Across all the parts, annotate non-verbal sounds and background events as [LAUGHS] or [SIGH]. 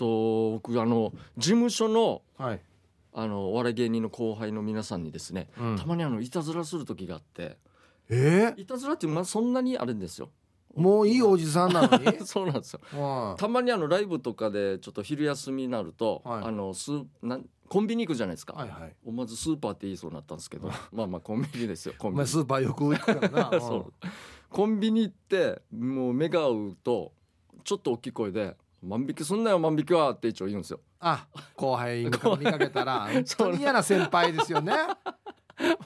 僕あの事務所のはい。あのお笑い芸人の後輩の皆さんにですねうんたまにあのいたずらする時があってえいたずらって [LAUGHS] まあそんなにあれですよー、もういいおじさんな [LAUGHS] のに。そうなんですよはたまにあのライブとかでちょっと昼休みになると、はいあのスーなんコンビニ行くじゃないですいか、はいはい。思わずスーパーって言いそうになったんですけどまあまあコンビニですよコお [LAUGHS] ンビ前ニスーパーよく行くからな。 [LAUGHS] うんそうコンビニ行ってもう目が合うとちょっと大きい声で「万引きすんなよ万引きは」って一応言うんですよ。 [LAUGHS] あ、後輩見かけたら、本当に嫌な先輩で [LAUGHS] すよね。まあ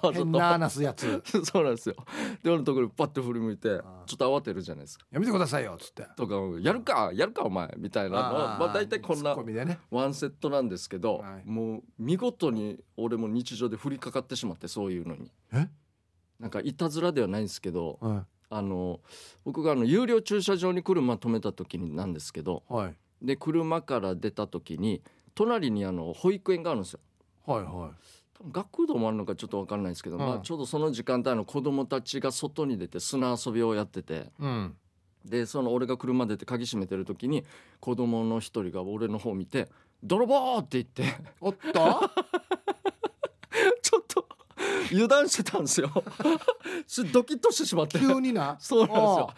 ちょ変っとな話すや [LAUGHS] つ。そうなんですよ。で俺のところにパッて振り向いてあーちょっと慌てるじゃないですか。やめてくださいよっつって。とか「やるかやるかお前」みたいなのはまあ大体こんなツッコミでね。ワンセットなんですけど、はいもう見事に俺も日常で降りかかってしまってそういうのに。えなんかいたずらではないんですけどはあの僕があの有料駐車場に車止めた時になんですけどいはいで車から出た時に隣にあの保育園があるんですよはいは多分学童もあるのかちょっと分かんないですけど、うんまあ、ちょうどその時間帯の子供たちが外に出て砂遊びをやっててい。うん。でその俺が車出て鍵閉めてる時に子供の一人が俺の方見て「泥棒!」って言って [LAUGHS] おっと。ちょっと油断してたん [LAUGHS] ですよしドキッとしてしまって。急にな [LAUGHS] そうなんですおうよ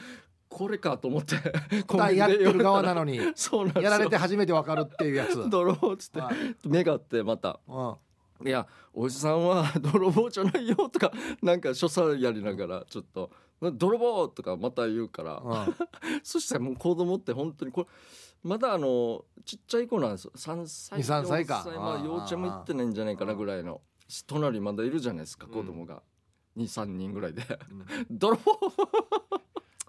これかと思ってコ普段やってる側なのに。 [LAUGHS] そうなんですやよられて初めてわかるっていうやつ。泥棒っつってはい目があってまたうんいやおじさんは泥棒じゃないよとかなんか所作やりながらちょっと「泥棒!」とかまた言うから [LAUGHS] うんそしたらもう子供って本当にこれまだあのちっちゃい子なんですよ3歳2 3 4歳かまあああ幼稚園も行ってないんじゃないかなぐらいのし隣まだいるじゃないですか子供が23人ぐらいで [LAUGHS] 「泥棒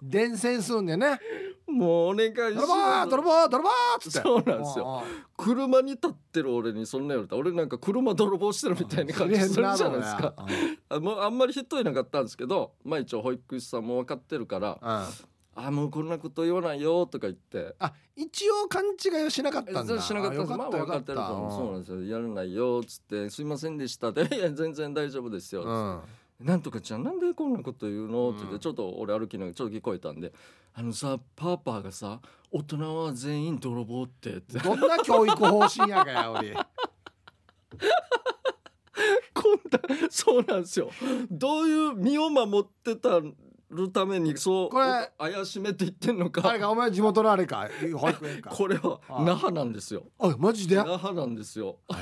伝染するんだよね。もうお願いし泥棒ます泥」棒泥棒っつって。そうなんですよよ。車に立ってる俺にそんな言われたら俺なんか車泥棒してる [LAUGHS] みたいな感じするじゃないですか。うん。うんあもうあんまり人いなかったんですけど、まあ、一応保育士さんも分かってるからあ「あもうこんなこと言わないよ」とか言って一応勘違いをしなかっ「たんだ。えしなかったんですあまあよ分かかっったてよるかかった。もそうなんですよやらないよ」っつって「すいませんでした」って「いや全然大丈夫ですよ」うんなんとかちゃんなんでこんなこと言うの?」って言っうてんちょっと俺歩きながらちょっと聞こえたんで「あのさパーパーがさ大人は全員泥棒って」って [LAUGHS] どんな教育方針やかや俺。 [LAUGHS] こんなそうなんですよどういう身を守ってたるためにそうこれ怪しめって言ってんのかあれかお前地元のあれか保育園か。これはああ那覇なんですよあマジで。あ那覇なんですよ [LAUGHS]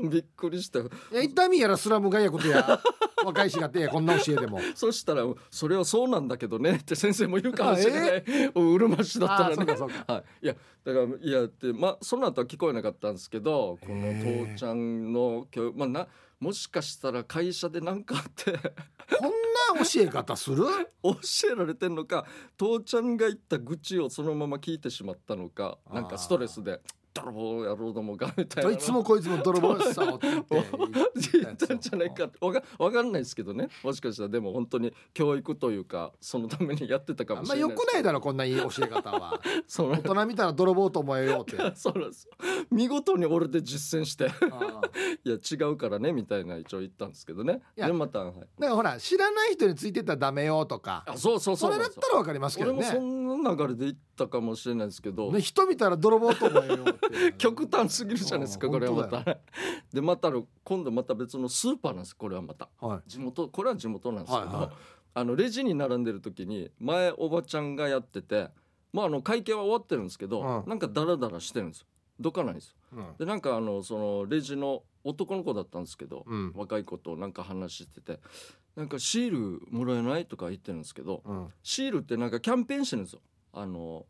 いいなびっくりしたいや痛みやらスラム街やことや若いしがってこんな教えでも。そしたら「それはそうなんだけどね」って先生も言うかもしれない、うるま市だったあそらうかねそうか。 [LAUGHS] はい、いやだからいやってまあその後は聞こえなかったんですけどこのへえ父ちゃんの教育まあなもしかしたら会社で何かあって [LAUGHS] こんな教え方する？教えられてんのか父ちゃんが言った愚痴をそのまま聞いてしまったのかなんああかストレスで「泥棒野郎どもが」みたいなどいつもこいつも泥棒さおって [LAUGHS] 言って言ったんじゃない [LAUGHS] かってわかわかんないですけどねもしかしたらでも本当に教育というかそのためにやってたかあもんしまれない良ですくないだろこんないい教え方は [LAUGHS] そうなん大人見たら泥棒と思えようって [LAUGHS] そうなんですよ見事に俺で実践して [LAUGHS] ああいや違うからねみたいな一応言ったんですけどねいやでまた、はい、なんかほら知らない人についてったらダメよとかあそうそうそそうれなんだでっすよたらわかりますけ俺どもねそんな流れで言ったかもしれないですけど、ね人見たら泥棒と思えようっていう極端すぎるじゃないですかああこれはま本当だよた [LAUGHS] でまた今度また別のスーパーなんですこれはまたはい地元これは地元なんですけど、はいはいあのレジに並んでる時に前おばちゃんがやってて、まあ、あの会計は終わってるんですけど、うんなんかダラダラしてるんですよどかないんですようんでなんかあのそのレジの男の子だったんですけど、うん若い子となんか話しててなんかシールもらえないとか言ってるんですけどうんシールってなんかキャンペーンしてるんですよあの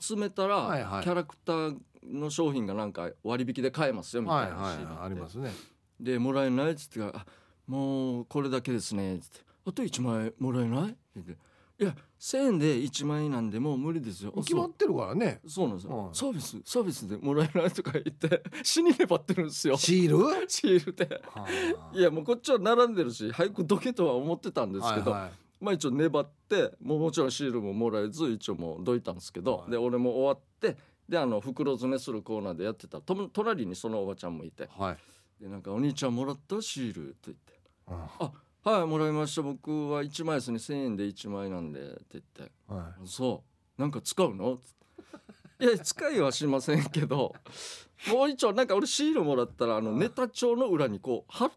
集めたはいらはいキャラクターの商品がなんか割引で買えますよみはたいいなシールってはいありますねでもらえないっつってからあもうこれだけですねっつってあと1万円もらえないって言っていや1000円で1万円なんでもう無理ですよ決まってるからねそうそうなんですよ、はいサービスサービスでもらえないとか言って [LAUGHS] 死に粘ってるん [LAUGHS] ですよシシールールでいやもうこっちは並んでるし早くどけとは思ってたんですけど、はいはいまあ一応粘ってもうもちろんシールももらえず一応もうどいたんですけど、はいで俺も終わってであの袋詰めするコーナーでやってたと隣にそのおばちゃんもいてはいでなんか「お兄ちゃんもらったシール」って言って。うんはいもらいました僕は1枚ですね1,000円で1枚なんでって言っては「そうなんか使うの?」っていや使いはしませんけどもう一応なんか俺シールもらったらあのネタ帳の裏にこう貼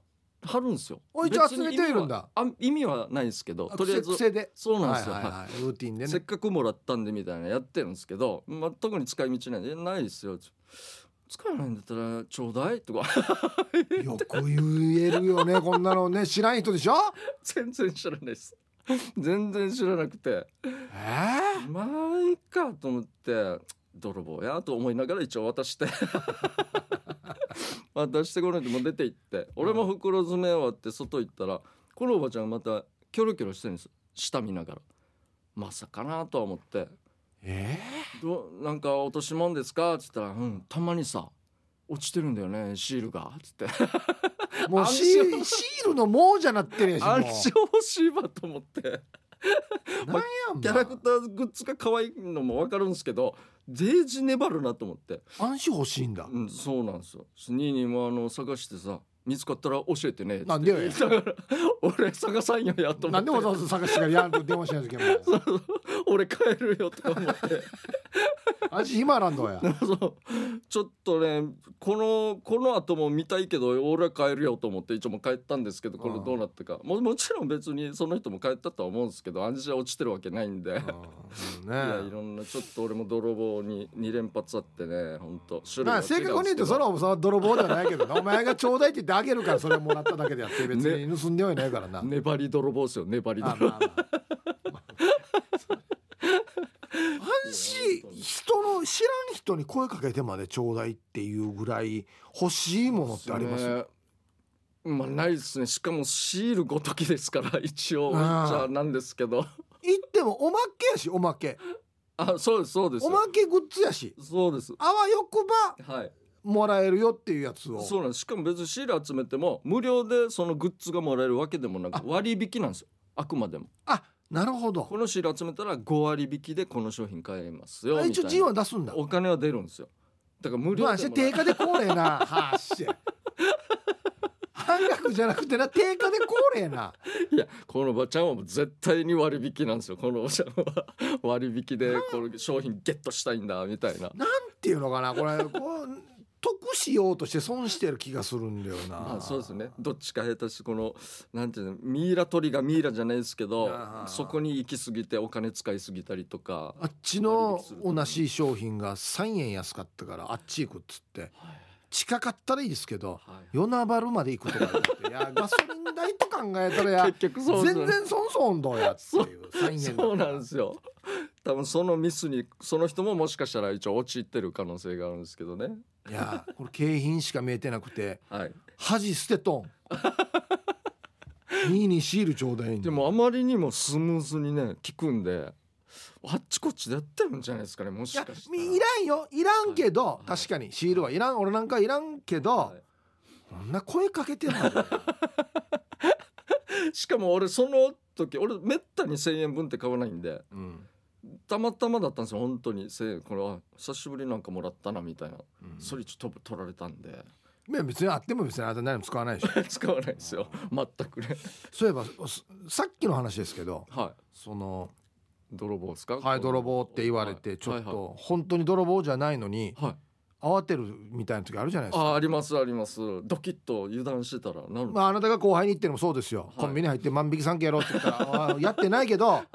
貼るんですよお一応集めているんだ別に意味はあ意味はないですけどとりあえず癖癖でそうなんですよ、はいはいはい、ルーティンでせっねかくもらったんでみたいなやってるんですけど、まあ、特に使い道ないんで「えないですよ」使えないんだったらちょうだい」とか [LAUGHS] よく言えるよねこんなのね知らん人でしょ全然知らないです全然知らなくてえ「まあいいか」と思って「泥棒や」と思いながら一応渡して渡してこないでもう出て行って俺も袋詰め終わって外行ったらこのおばちゃんまたキョロキョロしてるんです下見ながらまさかなとは思ってええどなんか落とし物ですか?」っつったら「うんたまにさ落ちてるんだよねシールが」っつってえもうシ暗ー証シールのもうじゃなってねえしもう暗証しばと思ってなんやんまキャラクターグッズが可愛いのも分かるんですけどデージ粘るなと思って、暗証欲しいんだうん、そうなんですよニーニーもあの探してさ見つかったら教えてねっつってなんでよ言いながら俺探さんよやと思なっんてでわざわざ探してからやんと電話しないといけ [LAUGHS] ないの俺帰るよとか思って [LAUGHS] あじ暇なん [LAUGHS] だやそうちょっとねこのこの後も見たいけど俺は帰るよと思って一応もう帰ったんですけどこれどうなったかももちろん別にその人も帰ったとは思うんですけど暗示は落ちてるわけないんで、いや [LAUGHS] いねろんなちょっと俺も泥棒に2連発あってね本当種類まは違うあんです正けど確に言うとそのその泥棒ではないけどなお前がちょうだいって言ってあげるからそれもらっただけであって別に盗んではいないからな、粘り泥棒ですよ粘りあ泥まあまあ安心人の知らん人に声かけてまでちょうだいっていうぐらい欲しいもの棒ってありますねまあないですねしかもシールごときですから [LAUGHS] 一応うんじゃあなんですけど [LAUGHS] 言ってもおまけやしおまけあそうですそうですおまけグッズやしそうですあわよくばはいもらえるよっていうやつをそうなんですしかも別にシール集めても無料でそのグッズがもらえるわけでもなあく割引なんですよあくまでもあなるほどこのシール集めたら5割引きでこの商品買えますよあみ一応たい G なは出すんだお金は出るんですよだから無料まあでしもらえ定価で高齢 [LAUGHS] なはっしゃ半額じゃなくてな定価で高齢ないやこのおばちゃんはもう絶対に割引なんですよこのおばちゃんは [LAUGHS] 割引でこの商品ゲットしたいんだみたいななんていうのかなこれこう得しようとして損してる気がするんだよな、まあそうですねどっちか下手しこのなんていうのミイラ取りがミイラじゃないですけどあーそこに行き過ぎてお金使い過ぎたりとかあっちの同じ商品が3円安かったからあっち行くっつって近かったらいいですけどはい与那原まで行くとか言っていやガソリン代と考えたらや結局 [LAUGHS] そう全ですよね然損損どうやっていう3円だったらそうなんですよ多分そのミスにその人ももしかしたら一応陥ってる可能性があるんですけどねいやこれ景品しか見えてなくてはい恥捨て [LAUGHS] とんいいにシールちょうだいにでもあまりにもスムーズにね聞くんであっちこっちでやってるんじゃないですかねもいしやかしたらいらんよいらんけど、い確かにシールはいらん俺なんかいらんけど、はいこんな声かけ [LAUGHS] てないしかも俺その時俺めったに1,000円分って買わないんでうんたまたまだったんですよ本当に1,000円これあ久しぶりなんかもらったなみたいなうんそれちょっと取られたんで [LAUGHS] いや別にあっても別にあなた何も使わないでしょ使わないですよ全くねそういえばすさっきの話ですけどはそのい泥棒です「かはい泥棒」って言われはていちょっはいはいと本当に泥棒じゃないのにはい慌てるみたいな時あるじゃないですあか。ありますありますドキッと油断してたらなる、まあ、あなたが後輩に行ってるのもそうですよ、いコンビニ入って万引き三家やろうって言ったらあーやってないけどはい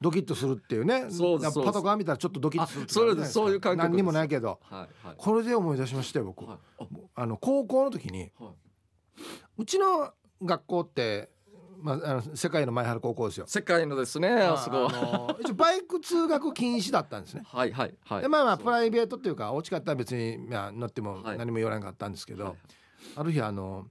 ドキッとするっていうね [LAUGHS] そうですそうですパトカー見たらちょっとドキッとするっていあそうれですそういう感覚です何にもないけどはいはいこれで思い出しましたよ僕、はいああの高校の時にはいうちの学校って、まあ、あの世界の前原高校ですよ。世界のですねあそこはあの一応バイク通学禁止だったんですね。はいはいはいでまあまあそうプライベートっていうか落ちかったら別に、まあ、乗ってもはい何も言わなかったんですけど、はいある日あの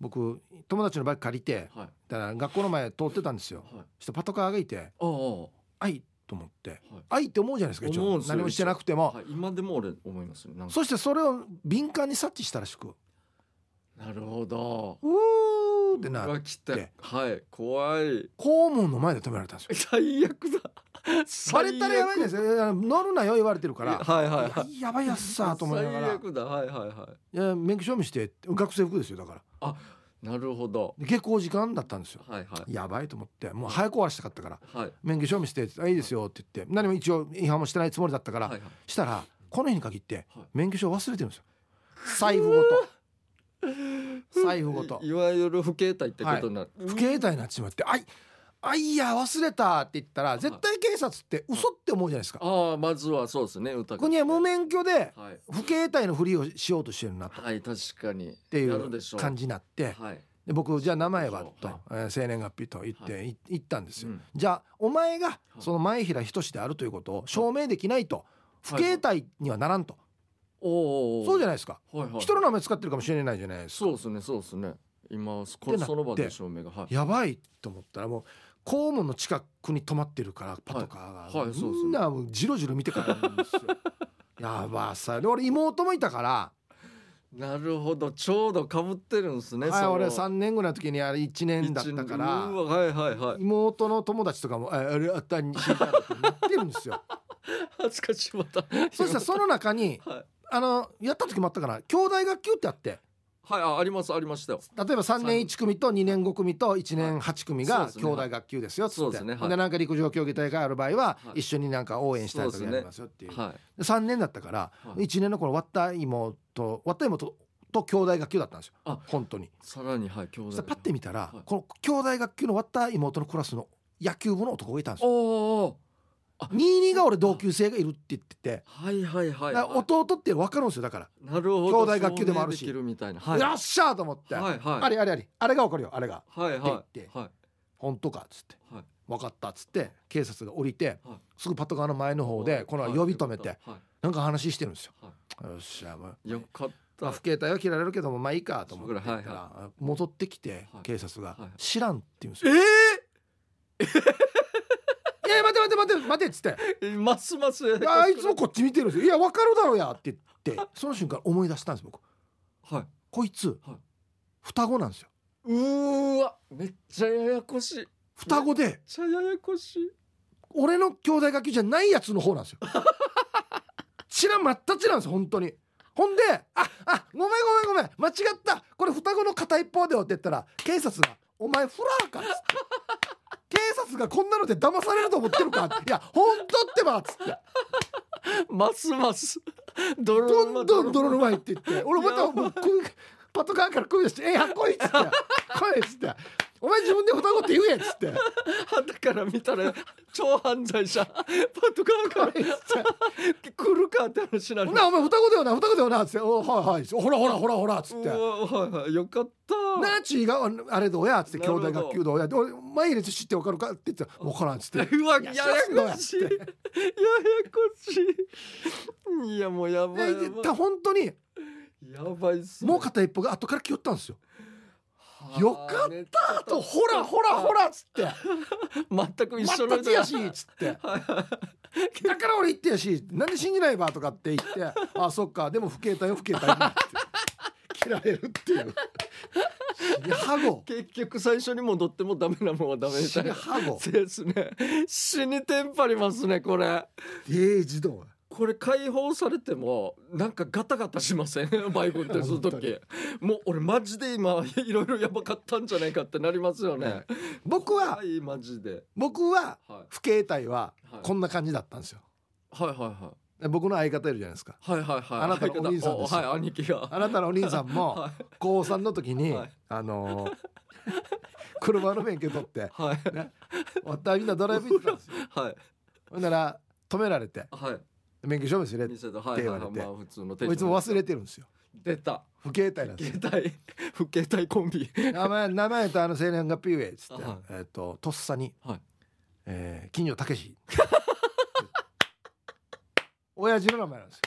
僕友達のバイク借りてはいだから学校の前通ってたんですよ。はいそしてパトカーがいてああ「あい!」と思ってはい「あい!」って思うじゃないですか一思う応んですよ何もしてなくても、はい今でも俺思いますねなんかそしてそれを敏感に察知したらしくなるほど「うー」ってうなわ来てはい怖い校門の前で止められたんですよ。最悪だバレたらやばいですよいや乗るなよ言われてるから、はいはいはいやばいやつさと思いながら「最い悪だはいはいはや免許証見して」学生服ですよだからいなるほどで下校時間だったんですよはいはいやばいと思ってもう早く終わらしたかったからはい「免許証見して」あいいですよ」って言って何も一応違反もしてないつもりだったから、はいはいしたらこの日に限ってはい免許証忘れてるんですよ財布ごと財布ごといいわゆる不携帯ってことになる、不携帯になってしまって「あいあいや忘れた」って言ったら絶対警察って嘘って思うじゃないですか。ああまずはそうですね歌ここには無免許ではい、不携帯のふりをしようとしてるなっはい、確かにっていなるうでしょう感じになってはい、で僕じゃあ名前はそうとはいえー生年月日と言ってはい行ったんですようん。じゃあお前がその前平仁であるということを証明できないと不はい携帯にはならんとおおそうじゃない、ないですかはいはい、人の名前使ってるかもしれないじゃないですかそうですねそうですね今こっのてなってその場で照明がはいやばいと思ったらもう校門の近くに止まってるからパトカーが、はいはいそうそうみんなもうジロジロ見てからなんですよやばさで俺妹もいたから、 [LAUGHS] なるほどちょうどかぶってるんですね、はい、俺3三年ぐらいの時にあれ1年だったからはいはいはい妹の友達とかも「ああれあったにしいた」ってなってるんで [LAUGHS] すよ恥ずかしいまたそしたらその中にはい、あのやった時もあったから兄弟学級ってあってはい、あありますありましたよ例えば3年1組と2年5組と1年8は組いがそうです兄ね弟学級ですよっつそうってでですねはいなんか陸上競技大会ある場合ははい一緒になんか応援したりとそかうですねやりますよっていうはで3年だったから、はい1年の頃割った妹割った妹と兄弟学級だったんですよあ本当にいさらにはい兄そし弟たらパッて見たら、はいこの兄弟学級の割った妹のクラスの野球部の男がいたんですおよおお22が俺同級生がいるって言ってて、はいはいはい、だからはい、弟って分かるんですよだから、なるほど兄弟学級でもあるし証明できるみたいなはいよっしゃーと思って、はいはいあれあれあれあれが分かるよあれがはいはってい言ってはい本当かっつってはい分かったっつって警察が降りて、はいすぐパトカーの前の方でこの呼び止めて、はなんか話してるんですよ、はよっしゃもうい、よかっまあ、た不携帯は切られるけどもまあいいかと思ってそ行うぐらいったら戻ってきてはい警察がはい「知らん」って言うんですえよ「いやいや待て待て待て待て」っつって [LAUGHS] えー、ますます「いやあいつもこっち見てるんですよいや分かるだろうや」って言 [LAUGHS] ってその瞬間思い出したんです僕はいこいつはい双子なんですようーわめっちゃややこしいめっ双子でちゃややこしい俺の兄弟学級じゃないやつの方なんです [LAUGHS] よ知らん真っ立ちなんですよ本当にほんで「ああごめんごめんごめん間違ったこれ双子の片一方だよ」って言ったら警察が「お前フラー [LAUGHS] か」っつって「警察がこんなので騙されると思ってるか」いや本当ってば」っつってますます「泥ど沼んどん泥沼い」って言って俺またもう首パトカーから首出して「えやこい」っつって「こい」っつって「お前自分で双子って言え」っつ [LAUGHS] って。はたから見たら超犯罪者パトカーからこいっつって来るかって話になるほなお前双子だよな双子だよなっつって「おはいはい」ほらほらほらほら」っつっうてわはいはいよかった「なあちがああれどうや」っつって「なるほ兄ど弟学級どうや」って「俺前列知ってわかるか?」って言って「分からん」っ [LAUGHS] つってうわいやややこしい知ややらんのやこしいいやもうやばいやでばた本当にいやばいっすねもう片一方が後から来よった [LAUGHS] んですよ。はあよかっめちあゃと「ほらほらほら」っつって全「 [LAUGHS] く一緒全のくやし」はいっつってはい「だから俺言ってやしなんで信じないば」とかって言って [LAUGHS] 「あそっかでも不携帯よ不携帯よ」って [LAUGHS] 切られるっていう死にはご結局最初に戻ってもダメなもんはダメみ死たいになはごですね死にテンパりますねこれデイ児童これ解放されてもなんかガタガタしませんバイクってその本当時にもう俺マジで今いろいろやばかったんじゃないかってなりますよね僕ははいマジで、僕ははい、不携帯ははいこんな感じだったんですよ。はいは僕の相方いるじゃないですか。いはいはいはいはいあなたのお兄さんですよはい兄貴があなたのお兄さんも [LAUGHS] は高3の時に、はいあのー [LAUGHS] 車の免許取っていはい私みんなドライブ行ってたんですよはいほんなら止められてはい免許証明すれって店ではいはいはいって言われてまあ普通の手こいつも忘れてるんですよ出た不携帯なんですよ携帯不携帯コンビ名前名前とあの青年月日上っつって、はいえっ、ととっさに、はいえー金城武志 [LAUGHS] 親父の名前なんですよ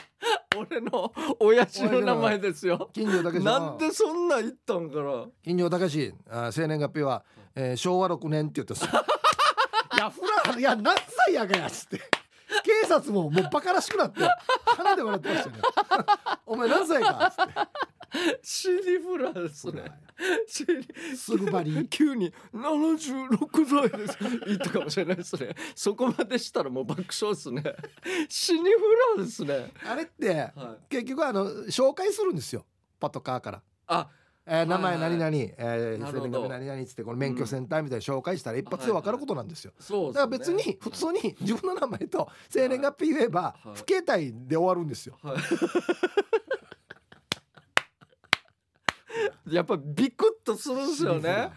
俺の親父の名前ですよ金城武志のなんでそんなん言ったんから金城武志あー生年月日は、えー昭和6年って言ってさ [LAUGHS] いやフラいや何歳やがやっつって警察ももうバカらしくなって鼻で笑ってましたよね [LAUGHS] お前何歳かっつってシリフラですねシリすぐば [LAUGHS] り急に76歳です言ったかもしれないですね [LAUGHS] そこまでしたらもう爆笑ですね [LAUGHS] シリフラですねあれってはい結局あの紹介するんですよパトカーからあえー名前はいは何い々、えーなる生ほど年月日何々っつってこの免許センターみたいに紹介したら一発で分かることなんですよ。そうだから別に普通に自分の名前と生年月日言えばはい不携帯で終わるんですよ。 [LAUGHS] やっぱビクッとするんですよシリーズねが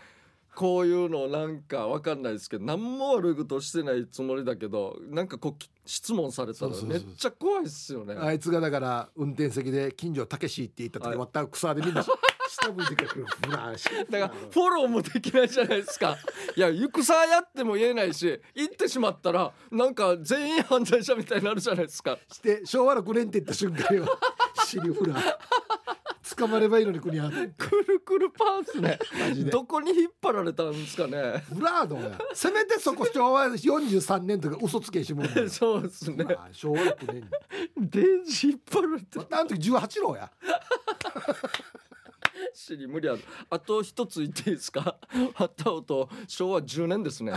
こういうのなんかわかんないですけど何も悪いことしてないつもりだけどなんかこうき質問されたらそうそうめそうっちゃ怖いっすよねあいつがだから運転席で近所たけしって言った時、はい割った草でみんな下向いてくるブラーシだからフォローもできないじゃないですかいや行くさやっても言えないし行ってしまったらなんか全員犯罪者みたいになるじゃないですかして昭和6年って言った瞬間よ尻フラ捕まればいいのに国はくるくるパンツねマジでどこに引っ張られたんですかねブラードやせめてそこ昭和43年とか嘘つけしもんだ [LAUGHS] よそうですねまあ昭和6年にデージ引っ張られてまたあの時18郎や尻無理あるあと一つ言っていいですかあった音昭和10年 [LAUGHS] ですね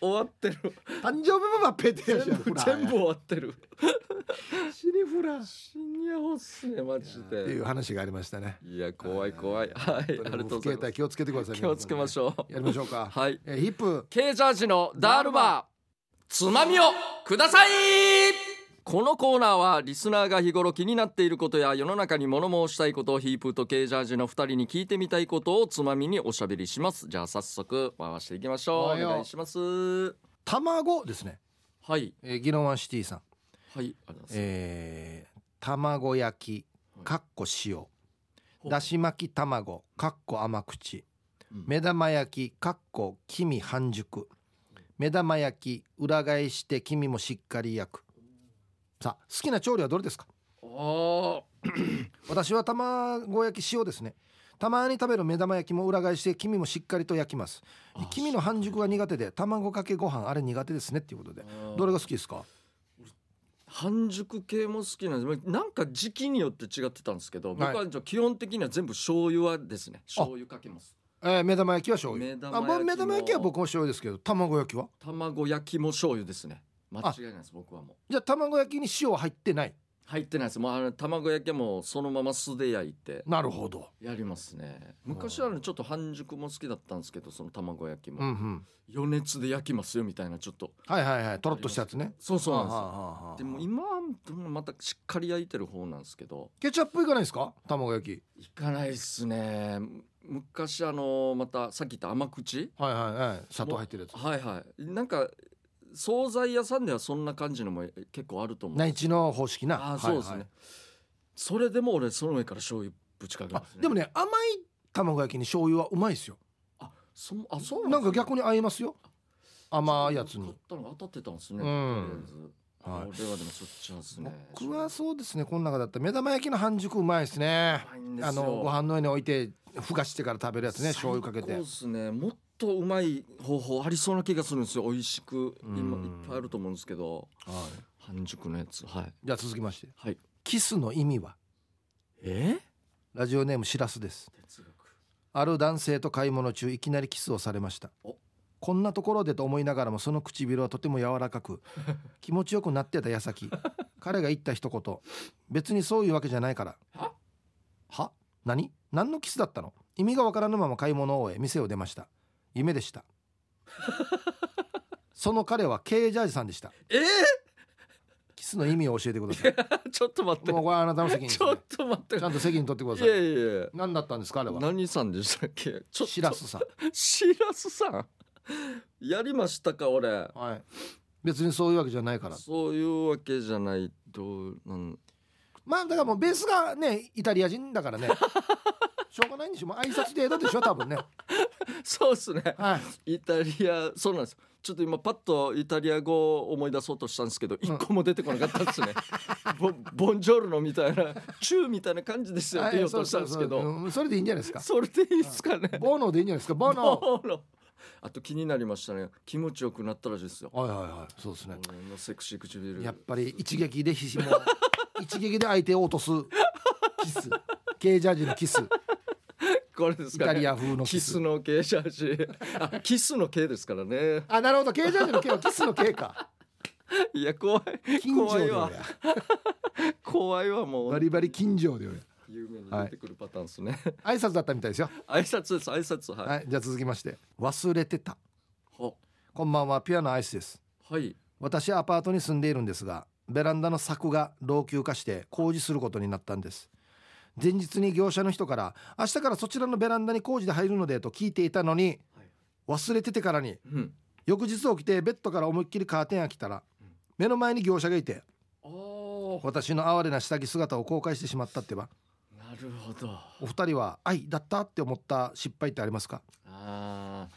終わってる誕生日もまあペテ全やしや部フラ全部終わってる尻フラー死にやほっすねマジっていでう話がありましたねいや怖い怖いはいあり本が当にとうもごうざいます携帯気をつけてください気をつけましょやりましょうかうはいえーヒップ K ジャージのダールバーつまみをくださいこのコーナーはリスナーが日頃気になっていることや世の中に物申したいことをヒープーと K ジャージの2人に聞いてみたいことをつまみにおしゃべりしますじゃあ早速回していきましょはうおいよ願いします卵ですね、はいえー、ギノワンシティさんはいありがとうございますえー卵焼きかっこ塩ほうだし巻き卵かっこ甘口うん目玉焼きかっこ黄身半熟目玉焼き裏返して黄身もしっかり焼くさあ好きな調理はどれですかお私は卵焼き塩ですねたまに食べる目玉焼きも裏返して黄身もしっかりと焼きますあ黄身の半熟が苦手で卵かけご飯あれ苦手ですねっていうことでーどれが好きですか半熟系も好きなんですなんか時期によって違ってたんですけど、はい僕はちょ基本的には全部醤油はですね醤油かけますえー目玉焼きは醤目油玉あ焼きもまあ目玉焼きは僕も醤油ですけど卵焼きは卵焼きも醤油ですね間違いないです僕はもうじゃあ卵焼きに塩は入ってない入ってないですもうあの卵焼きはもうそのまま素で焼いてなるほどやりますね昔はねちょっと半熟も好きだったんですけどその卵焼きも、うんうん余熱で焼きますよみたいなちょっとはいはいはいとろっとしたやつねそうそうなんですはあよはあはあでも今はまたしっかり焼いてる方なんですけどケチャップいかないですか卵焼きいかないっすね昔あのまたさっき言った甘口はいはいはい砂糖入ってるやつはいはいなんか惣菜屋さんではそんな感じのも結構あると思う内地の方式なあーそうですね、はいはいそれでも俺その上から醤油ぶちかけまあす、ね、でもね甘い卵焼きに醤油はうまいですよあそあそうなんか逆にに合いますよ甘いやつ買っにたのが当たってたんですね、うんとりあえず俺ははいでもそっちなんですね僕はそうですねこの中だったら目玉焼きの半熟うまいですねうまいんですよあのご飯の上に置いてふがしてから食べるやつね醤油かけ最高てっすねもっとうまい方法ありそうな気がするんですよ美味しくうん今いっぱいあると思うんですけどはい半熟のやつはいじゃあ続きましてはいキスの意味はえラジオネームしらすです哲学ある男性と買い物中いきなりキスをされましたおこんなところでと思いながらもその唇はとても柔ら [LAUGHS] かく気持ちよくなってた矢先彼が言った一言別にそういうわけじゃないからはは何何のキスだったの意味がわからぬまま買い物を終え店を出ました夢でした [LAUGHS] その彼は経営ジャージさんでしたえ [LAUGHS] キスの意味を教えてくださいー、ちょっと待ってもうこれはあなたの責任ですちょねっと待ってちゃんと責任取ってくだいさいやいやいや何だったんですかあれは何さんでしたっけちょっとしらすさんしらすさんやりましたか俺はい。別にそういうわけじゃないから。そういうわけじゃないどうなんまあだからもうベースがねイタリア人だからね。しょうがないんでしょ。もう挨拶程度でしょ多分ね。そうですねはい。イタリアそうなんですちょっと今パッとイタリア語を思い出そうとしたんですけど一個も出てこなかったです [LAUGHS] ね、ボボンジョルノみたいなチューみたいな感じですよって言おうとしたんですけはいそどうそうそううんそれでいいんじゃないですか。それでいいですかねボノでいいんじゃないですか。ボ [LAUGHS] ノ。ボノあと気になりましたね気持ちよくなったらしいですよはいはいはい。そうですね。このセクシー唇やっぱり一撃で必死も [LAUGHS] う一撃で相手を落とすキス。ケージャージのキス。これですイか、ね、タリア風のキキスス。の系写真あキスの系ですからねあなるほど。ケージャージの K はキスの K か。いや怖い近 [LAUGHS] 所怖でいよわりゃ。怖いわもバうリバリ近所でよりゃ。有名にはい出てくるパターンですね。挨拶だったみたいですよ挨拶です挨拶はい。はいじゃあ続きまして忘れてたはこんばんはピュアノアイスですはい私はアパートに住んでいるんですがベランダの柵が老朽化して工事することになったんです前日に業者の人から明日からそちらのベランダに工事で入るのでと聞いていたのにはい忘れててからにうん翌日起きてベッドから思いっきりカーテン開けたらうん目の前に業者がいてああ私の哀れな下着姿を公開してしまったってばなるほど。お二人は愛だったって思った失敗ってありますかああ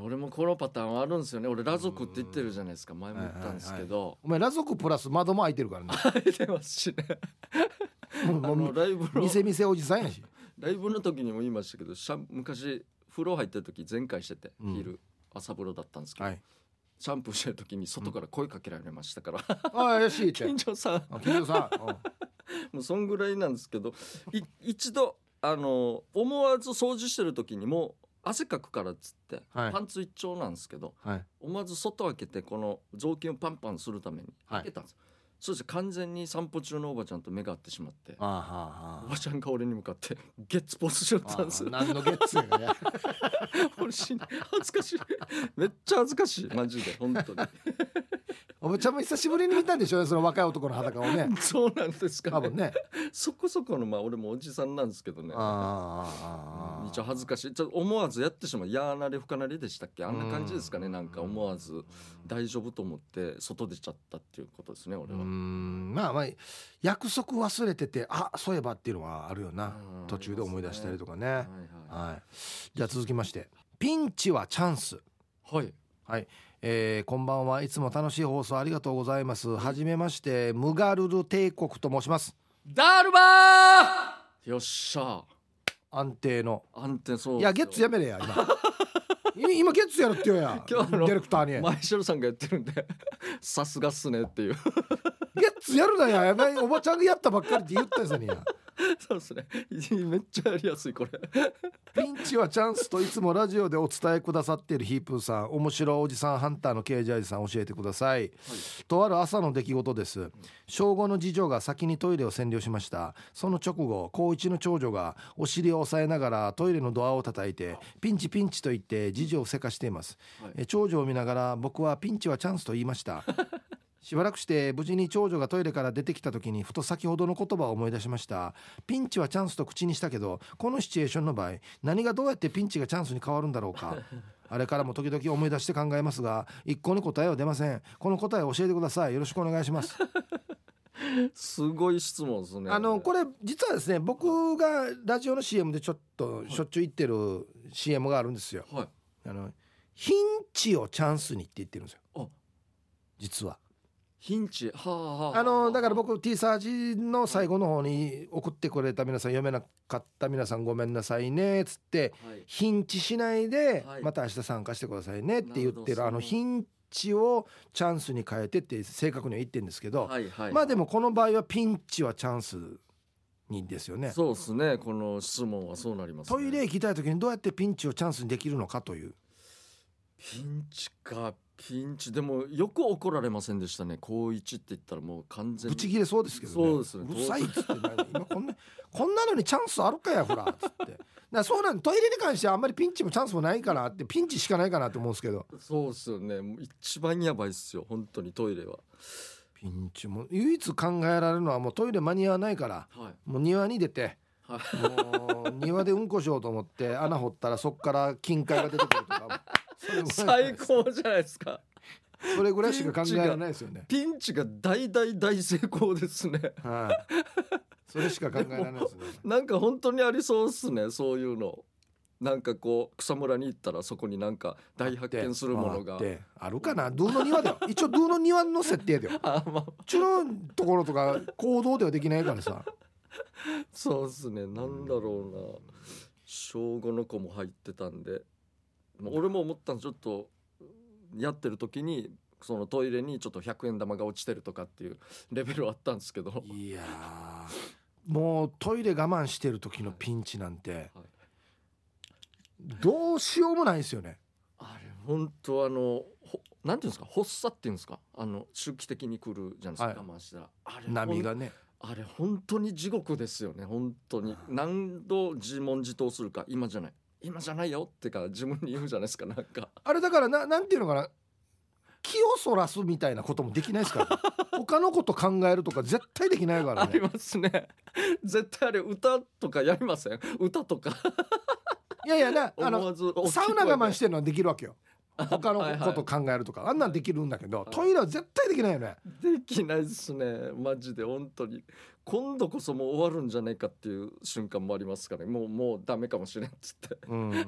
俺もこのパターンはあるんですよね。俺ラ族って言ってるじゃないですか前も言ったんですけど。お前ラ族プラス窓も開いてるからね入 [LAUGHS] ってますしね。もうあものうライブの店店おじさんやしライブの時にも言いましたけどシャン昔風呂入ってる時全開しててうん昼、朝風呂だったんですけど、はいシャンプーしてる時に外から声かけられましたから、ああ怪しいって近所さん [LAUGHS] あ金城さんうんもうそんぐらいなんですけどい一度あの思わず掃除してる時にもう汗かくからっつって、はいパンツ一丁なんですけどはい思わず外開けてこの雑巾をパンパンするためにはい開けたんです、そうです完全に散歩中のおばちゃんと目が合ってしまってああはおあばちゃんが俺に向かってゲッツポーズしよったんですよ何のゲッツーが [LAUGHS] ね俺死ん恥ずかしいめっちゃ恥ずかしいマジで本当 [LAUGHS] におばちゃんも久しぶりに見たんでしょうねその若い男の裸をね [LAUGHS] そうなんですか多ね分ねそこそこのまあ俺もおじさんなんですけどねあ一応恥ずかしいちょっと思わずやってしまうやーなれ不可なれでしたっけあんな感じですかねなんか思わず大丈夫と思って外出ちゃったっていうことですねう俺ーは、んまあまあ約束忘れててあそういえばっていうのはあるよなうん途中で思い出したりとかねはいははいじゃあ続きましてピンチはチャンスい、はい、えーこんばんはいつも楽しい放送ありがとうございますはじめましてムガルル帝国と申しますダルバーよっしゃ安定の安定そういいやゲッツーやめれや今 [LAUGHS] い今ゲッツーやるってよや [LAUGHS] デ今日あのィレクターに前城さんがやってるんで [LAUGHS] さすがっすねっていうゲッツやるなややばいおばちゃんがやったばっかりって言ったやつ [LAUGHS] にやそうですね [LAUGHS] めっちゃやりやすいこれピンチはチャンスといつもラジオでお伝えくださっているヒープーさん面白おじさんハンターの KJ さん教えてください、とある朝の出来事です小5の次女が先にトイレを占領しましたその直後高一の長女がお尻を押さえながらトイレのドアを叩いてピンチピンチと言って次女をせかしています、はいえ長女を見ながら僕はピンチはチャンスと言いましたしばらくして無事に長女がトイレから出てきた時にふと先ほどの言葉を思い出しましたピンチはチャンスと口にしたけどこのシチュエーションの場合何がどうやってピンチがチャンスに変わるんだろうかあれからも時々思い出して考えますが一向に答えは出ませんこの答えを教えてくださいよろしくお願いしますすごい質問ですねあのこれ実はですね僕がラジオの CM でちょっとしょっちゅう言ってる CM があるんですよはいあのヒンチをチャンスにって言ってるんですあよ実はヒンチはあはああのだから僕 T サージの最後の方に送ってくれた皆さん読めなかった皆さんごめんなさいねっつってはいヒンチしないではいまた明日参加してくださいねって言ってるなるほどあのそヒンチをチャンスに変えてって正確には言ってるんですけどはいはいまあでもこの場合はピンチはチャンスにですよね。そうですねこの質問はそうなります、ね、トイレ行きたい時にどうやってピンチをチャンスにできるのかというピンチかピンチでもよく怒られませんでしたね高一って言ったらもう完全ブにチ切れそうですけどねそうですねうるさいっつって何今こんなこんなのにチャンスあるかやほらっつってだからそうなんトイレに関してはあんまりピンチもチャンスもないかなってピンチしかないかなと思うんですけどそうですよねもう一番やばいっすよ本当にトイレはピンチも唯一考えられるのはもうトイレ間に合わないからはいもう庭に出て [LAUGHS] はいもう庭でうんこしようと思って穴掘ったらそっから金塊が出てくるとかそれぐら最い高じゃないですかそれぐらいしか考えられないですよねピンチが大大大成功ですねはい、それしか考えられないですねなんか本当にありそうっすねそういうのなんかこう草むらに行ったらそこになんか大発見するものがあってあるかなドゥの庭だよ一応ドゥの庭の設定だ [LAUGHS] よあまうちのところとか行動ではできないからあさそうっすねなんだろうな小5の子も入ってたんでもう俺も思ったのちょっとやってる時にそのトイレにちょっと100円玉が落ちてるとかっていうレベルはあったんですけどいやーもうトイレ我慢してる時のピンチなんてはいどうしようもないですよねあれ本当あのほなんていうんですか発作っていうんですかあの周期的に来るじゃないですか、はい我慢したらあれ波がねあれ本当に地獄ですよね本当に何度自問自答するか今じゃない今じゃないよってか自分に言うじゃないですかなんかあれだからななんていうのかな気をそらすみたいなこともできないですからね、 [LAUGHS] 他のこと考えるとか絶対できないからありねますね絶対あれ歌とかやりません歌とかいやいやなあ思のわず大きい声でサウナ我慢してるのはできるわけよ他のはいはいこと考えるとかあんなんできるんだけどトイレは絶対できないよねできないですねマジで本当に今度こそもう終わるんじゃないかっていう瞬間もありますからねもうもうダメかもしれんっつってうん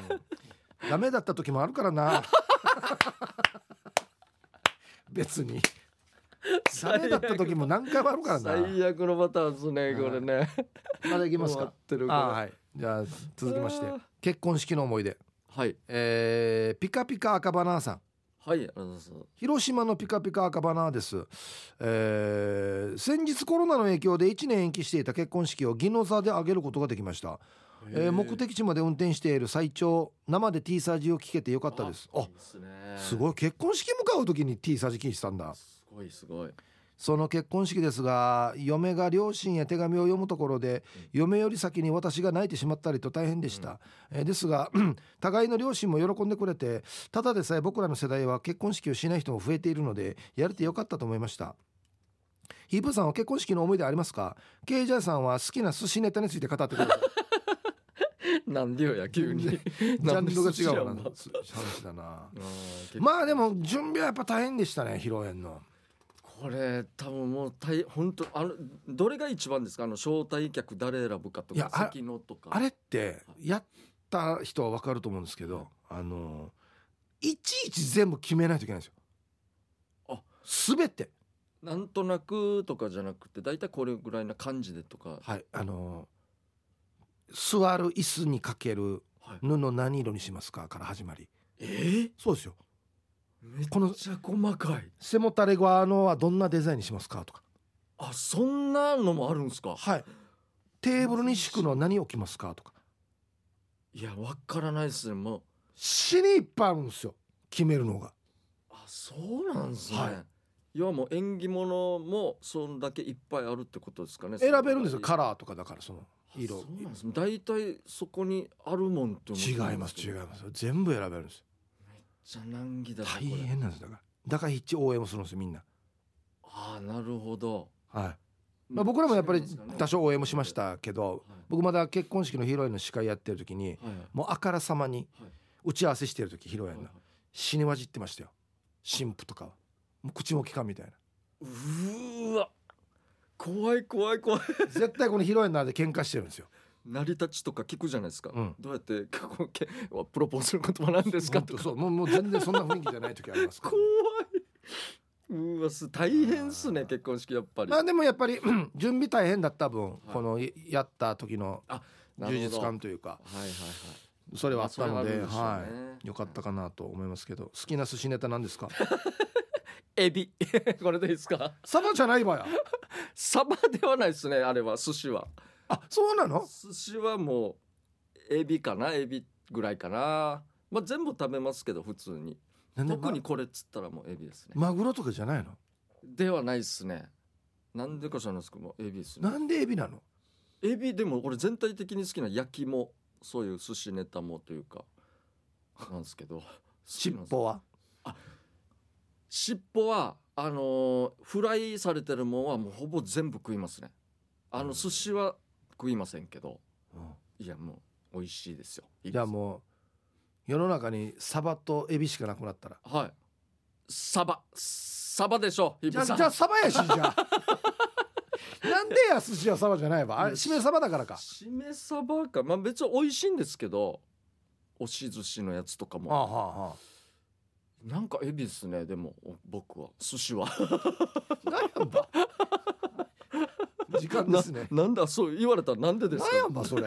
ダメだった時もあるからな [LAUGHS] 別にダメだった時も何回もあるからな最悪のパターンですねこれねまだいきます終わかってるこあれーはいじゃあ続きましてあー結婚式の思い出はいえーピカピカ赤バナーさんはいありがとうございます広島のピカピカ赤バナーです、えー先日コロナの影響で1年延期していた結婚式を銀の座で挙げることができました、えー目的地まで運転している最長生で T サージを聞けてよかったですあいいっすねすごい結婚式向かう時に T サージ聞いてたんだすごいすごいその結婚式ですが嫁が両親へ手紙を読むところで嫁より先に私が泣いてしまったりと大変でした、えーですが互いの両親も喜んでくれてただでさえ僕らの世代は結婚式をしない人も増えているのでやれてよかったと思いましたヒープーさんは結婚式の思い出ありますかケイジャーさんは好きな寿司ネタについて語ってくださいなんでよ野球に [LAUGHS] ジジャンルなが違うなんで寿司やんのす話だなあーまあでも準備はやっぱ大変でしたね披露宴のこれ多分もう大本当あのどれが一番ですかあの招待客誰選ぶかといやかあ席のとかあれってやった人は分かると思うんですけど、あのいちいち全部決めないといけないんですよあ。すべて、なんとなくとかじゃなくて大体これぐらいな感じでとか、はい、あの座る椅子にかけるはい、布何色にしますかから始まり。えー、そうですよ。めっこのちゃ細かい背もたれ側のはどんなデザインにしますかとか。あそんなのもあるんですかはい。テーブルに敷くのは何置きますかとか。いやわからないですねもう死にいっぱいあるんですよ。決めるのが。あそうなんですね、はい要はもう縁起物もそんだけいっぱいあるってことですかね選べるんですよ。カララーとかだからその色。そうなんですね大体そこにあるもんって思って違たいんでますけど違います。全部選べるんですよ。じゃあ難儀だなこ大れ変なんですだからだから一応応援もするんですよみんなああなるほど、はい、まあ、僕らもやっぱり違いますかね多少応援もしましたけどは僕まだ結婚式の披露宴の司会やってる時にいはいもうあからさまにはい打ち合わせしてる時披露はい宴はいの死にわじってましたよ新婦とかはもう口もきかんみたいうーわ怖い怖い怖いな [LAUGHS] 絶対この披露宴の中で喧嘩してるんですよ成り立ちとか聞くじゃないですか、うんどうやって結婚けプロポーズする言葉なんですか本と当かそうもうもう全然そんな雰囲気じゃない時あり [LAUGHS] ますか怖らいうわす大変っすね結婚式やっぱりまあでもやっぱりうん準備大変だった分いこのいやった時のあなる充ほど実感というかはいはいはいそれはあったのでまあそれはあはるでしょうねいよかったかなと思いますけど好きな寿司ネタなんですかエビ [LAUGHS] これでいいですかサバじゃないわや。サバではないですねあれは寿司はあ、そうなの。寿司はもうエビかなエビぐらいかなまあ全部食べますけど普通に特にこれっつったらもうエビですねマグロとかじゃないの。ではないっすねなんでか知らないですけどもうエビですねなんでエビなの。エビでも俺全体的に好きな焼きもそういう寿司ネタもというかなんですけど尻好きなんです尾は。尻尾はあのーフライされてるもんはもうほぼ全部食いますねあうんの寿司は食いませんけどいやもう美味しいですよいいじゃあもう。世の中にサバとエビしかなくなったら。うはいサバサバでしょヒッじゃプあ、さじんゃあサバやし、じゃ [LAUGHS] あ。なんでや寿司はサバじゃないわ。あれ、しめサバだからか。しめサバかまあ別に美味しいんですけど押し寿司のやつとかああ、もはあ、はなんかエビですねでもお僕は寿司はあ。なんやんば。時間ですね。ななんだそう言われたらなんでですかなんやんば [LAUGHS] それ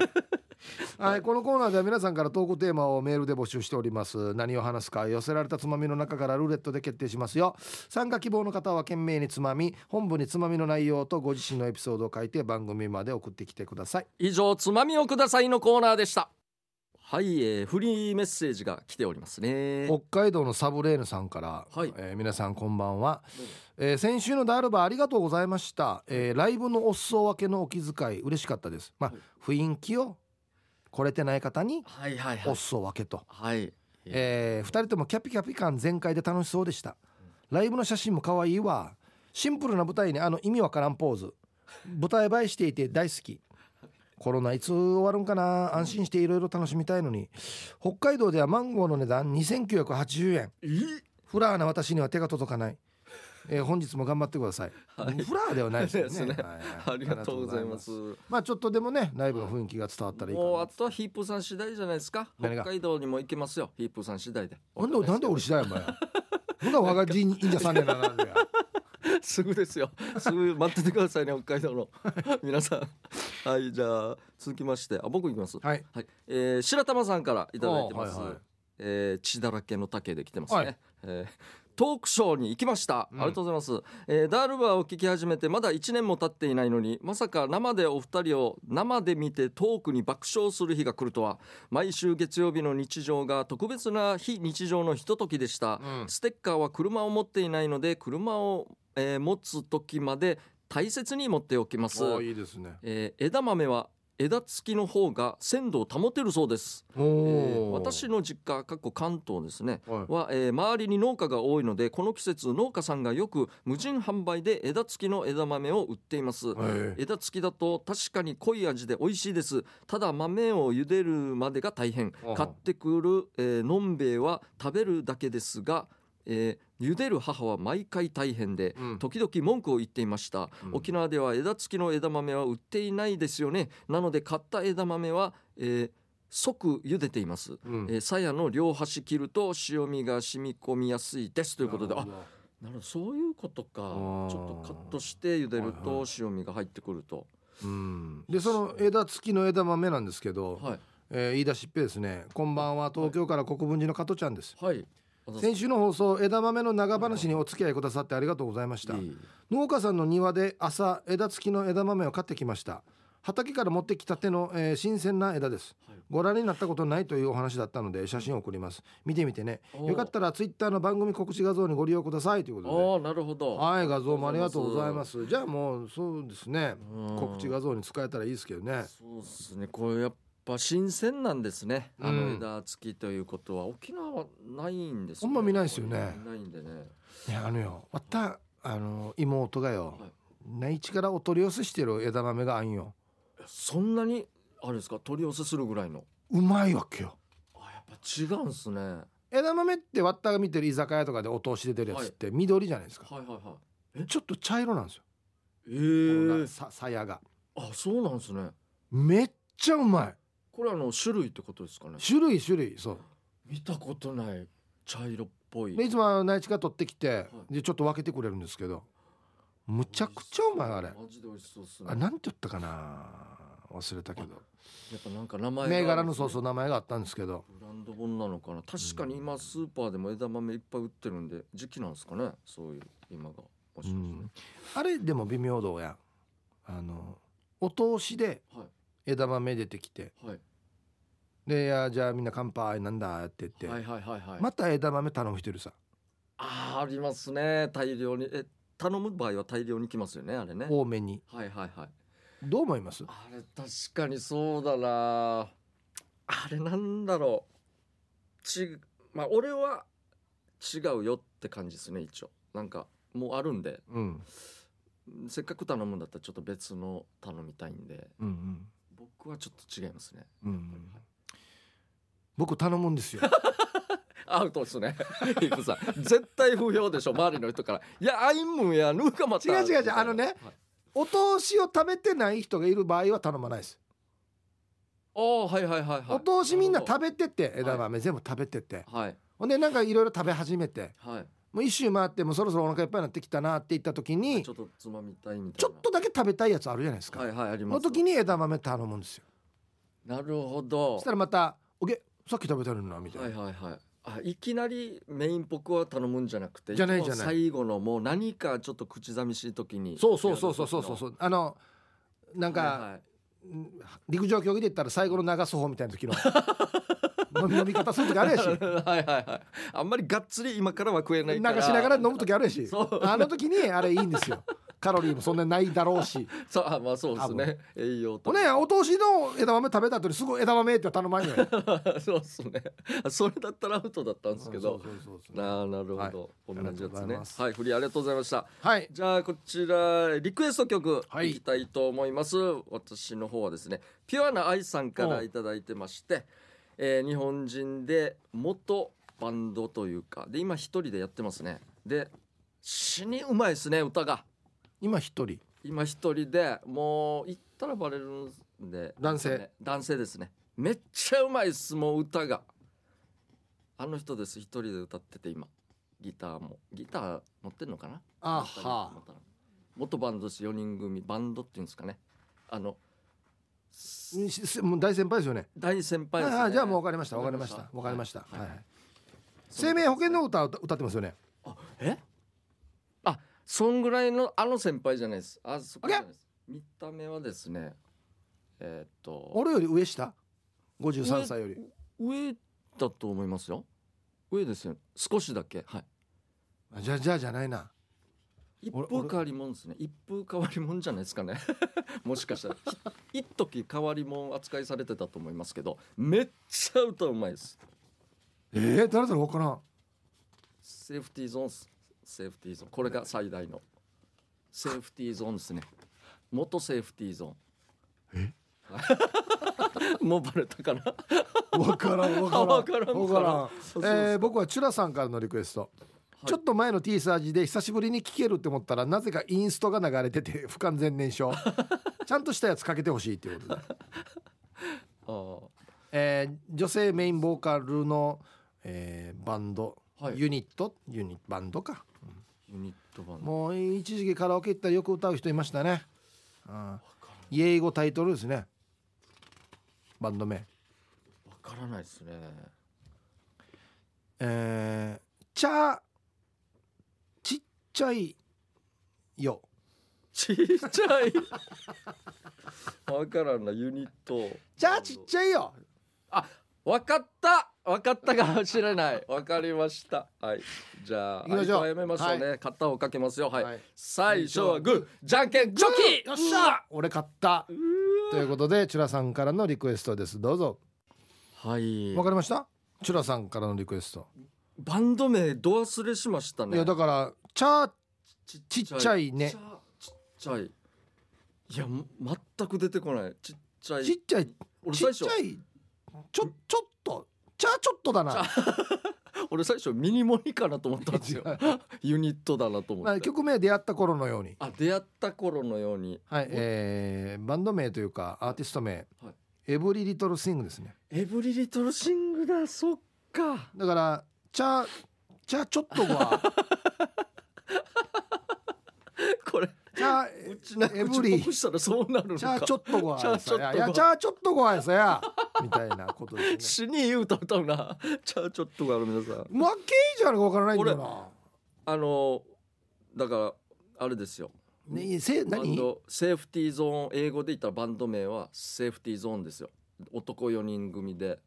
はいこのコーナーでは皆さんから投稿テーマをメールで募集しております何を話すか寄せられたつまみの中からルーレットで決定しますよ参加希望の方は懸命につまみ本部につまみの内容とご自身のエピソードを書いて番組まで送ってきてください以上つまみをくださいのコーナーでしたはい、えー、フリーメッセージが来ておりますね北海道のサブレーヌさんから、はいえー皆さんこんばんは、えー先週のダールバーありがとうございました、えーライブのお裾分けのお気遣い嬉しかったですまあ雰囲気をこれてない方にはいはいはおい裾分けと、はいえ2人ともキャピキャピ感全開で楽しそうでしたライブの写真も可愛いわシンプルな舞台にあの意味わからんポーズ舞台映えしていて大好きコロナいつ終わるんかな安心していろいろ楽しみたいのに北海道ではマンゴーの値段2980円いフラーな私には手が届かない、えー本日も頑張ってください、はいフラーではないですよですねねはいありがとうございますまあちょっとでもねライブの雰囲気が伝わったらいいかもうあなとはヒープーさん次第じゃないですか北何が海道にも行けますよヒープーさん次第でなんでなんで俺次第やお前ほんなら我が人忍者さんねんななんでや [LAUGHS] すぐですよ。すぐ待っててくださいね、北海道の皆さん。はい、じゃあ、続きまして、あ、僕行きます。はい。はい、えー白玉さんからいただいてます。おーはいはいえー血だらけの竹で来てますね。はいえートークショーに行きました、ありがとうございます、えーダールバーを聞き始めてまだ1年も経っていないのにまさか生でお二人を生で見てトークに爆笑する日が来るとは毎週月曜日の日常が特別な非日常のひとときでした、うんステッカーは車を持っていないので車を、えー持つ時まで大切に持っておきます、おーいいですね。えー枝豆は枝付きの方が鮮度を保てるそうです、おえーお、私の実家かっこ関東ですねはいは、えー周りに農家が多いのでこの季節農家さんがよく無人販売で枝付きの枝豆を売っています、はい枝付きだと確かに濃い味で美味しいですただ豆を茹でるまでが大変あは買ってくる、えーのんべえは食べるだけですが、えー茹でる母は毎回大変で、うん時々文句を言っていました、うん沖縄では枝付きの枝豆は売っていないですよねなので買った枝豆は、えー即茹でています、うんえー、鞘の両端切ると塩味が染み込みやすいですということであなるほどなるほどそういうことかちーょっとカットして茹でるはいとは塩味が入ってくるとうん、でその枝付きの枝豆なんですけど、はいえー言い出しっぺですねこんばんは東京から国分寺の加トちゃんですはい先週の放送枝豆の長話にお付き合いくださってありがとうございました農家さんの庭で朝枝付きの枝豆を買ってきました畑から持ってきたての、えー新鮮な枝ですはいご覧になったことないというお話だったので写真を送ります見てみてねおーよかったらツイッターの番組告知画像にご利用くださいということでああなるほどはい、画像もありがとうございます。じゃあもうそうですね。うん告知画像に使えたらいいですけどね。そうですねこれやっぱ新鮮なんですねあのうん枝付きということは沖縄はないんですほんま見ないですよねないんでねいやあのよ、またあの妹がよはい、内地からお取り寄せしてる枝豆があんよ。そんなにあれですか取り寄せするぐらいのうまいわけよ。あやっぱ違うんすねは枝豆ってわったが見てる居酒屋とかでお通しで出るやつって緑じゃないですか。いはいはいちょっと茶色なんですよ。ええこのなささやがあそうなんですねめっちゃうまい。これあの種類ってことですかね種類種類そう。見たことない茶色っぽいでいつもあの内地から取ってきていでちょっと分けてくれるんですけど、むちゃくちゃうまいあれ。マジで美味しそうっすねあなんて言ったかな忘れたけどやっぱなんか名前がある銘柄のんですねそうそう名前があったんですけどブランド本なのかな確かに今スーパーでも枝豆いっぱい売ってるんで時期なんですかねそういう今がもしかしてうんあれでも微妙どうやんあのお通しでは枝豆出てきていはいでいや「じゃあみんな乾杯なんだ」って言って、はいはいはいはい、また枝豆頼む人いるさ、あーありますね大量にえ頼む場合は大量に来ますよねあれね多めにはいはいはいどう思いますあれ確かにそうだなあれなんだろうちまあ俺は違うよって感じですね一応なんかもうあるんでうんせっかく頼むんだったらちょっと別の頼みたいんでうんうん僕はちょっと違いますねうん僕頼むんですよアウトですね。ヒープさん、絶対不評でしょ、周りの人から。いや、アイムやヌーカマ違う違う違うあのね [LAUGHS] お通しを食べてない人がいる場合は頼まないです、おはいはいはいはい。お通しみんな食べ。べてって枝豆全部食べてって、はいほんでなんかいろいろ食べ始めてはい。もう一周回ってもうそろそろお腹いっぱいになってきたなって言った時にちょっとつまみたいみたちいょな。っとだけ食べたいやつあるじゃないですか、はいはいあります。の時に枝豆頼むんですよなるほど。そしたらまた「おげさっき食べたのにな」みたいな、はいはいはい。あいきなりメイン僕は頼むんじゃなくてじゃないつもじゃない最後のもう何かちょっと口寂しい時にそうそうそうそうそうそうそうあのなんか、はいはいうん陸上競技で言ったら最後の流す方みたい [LAUGHS] な時の飲み飲み方する時あるやしはいはいはいあんまりがっつり今からは食えな流いしからながら飲む時あるや [LAUGHS] しそうあの時にあれいいんですよカロリーもそんなにないだろう [LAUGHS] しそうあまあそうですね栄養とおねお通しの枝豆食べた後にすぐ枝豆って頼まんよ [LAUGHS] そうですねあそれだったらアウトだったんですけどそうそうそうそうああなるはほいど、あり同がじとやうごつざいねますはい振りありがとうございましたはいじゃあこちらリクエスト曲はいいきたいと思います、私の方はですねピュアな愛さんから頂いただいてまして、えー日本人で元バンドというかで今一人でやってますねで死にうまいですね歌が今一人今一人でもう言ったらバレるんで男性ね男性ですねめっちゃうまいっすもう歌があの人です一人で歌ってて今ギターもギター持ってんのかなあ持ったはり持ったら元バンドです4人組バンドっていうんですかねあのうんしすもう大先輩ですよね大先輩はでいす、ねはいじゃあもう分かりました分かりました分かりましたはいはい生命保険の歌を歌歌ってますよねあえあそんぐらいのあの先輩じゃないですあそこじゃないです見た目はですねえーっと俺より上下53歳より上だと思いますよ上ですよ少しだけはいあじゃあじゃあじゃないな一俺風変わりもんですね一風変わりもんじゃないですかね [LAUGHS] もしかしたらひ一時変わりもん扱いされてたと思いますけどめっちゃ歌うまいですえー、誰だろう分からんセーフティーゾーンっすセーフティーゾーンこれが最大のセーフティーゾーンですね元セーフティーゾーンえ [LAUGHS] もうバレたかな分からん分からん分からん分からんそうそうえー僕はチュラさんからのリクエスト、いちょっと前の T サージで久しぶりに聴けるって思ったらなぜかインストが流れて [LAUGHS] て不完全 [LAUGHS] 燃焼ちゃんとしたやつかけてほしいっていうことで、あーえー女性メインボーカルの、えーバンド、はいユニットユニバンドかユニットバンドもう一時期カラオケ行ったらよく歌う人いましたね、うん、イエイ語タイトルですねバンド名わからないですねえー、ちゃちっちゃいよちっちゃい。わからんな、ユニット。じゃあちっちゃいよわかった。わかったかもしれない。わかりました。はい。じゃあ、行きましょ相手うはやめましょうね。勝ったをかけますよ。はい。はい最初はグー、じゃんけん、チョキ。よっしゃ俺勝ったということでチュラさんからのリクエストですどうぞはいわ。かりましたチュラさんからのリクエストバンド名、ど忘れしましたね。いやだからちゃちちっちゃいねちっちゃい。いや、全く出てこない。ちっちゃい。ちっちゃい俺ち最っ初ちゃいちょちょっとちゃちょっとだな俺最初ミニモニかなと思ったんですよ [LAUGHS] ユニットだなと思って、まあ曲名出会った頃のようにあ出会った頃のようにはいえー、バンド名というかアーティスト名、はいエブリリトルシングですねエブリリトルシングだそっかだからちゃちゃちょっとは [LAUGHS] これちゃうちなエエブブリリしたらそうなるのちゃかちょっとはやさやいちゃちょっとごはやちゃちょっとはやさやみたいなことですね死にいい歌歌うなじゃあちょっとがある皆さん [LAUGHS] 負け以上のかわからないんだよあのだからあれですよなねえせバン何ドセーフティーゾーン英語で言ったらバンド名はセーフティーゾーンですよ男4人組で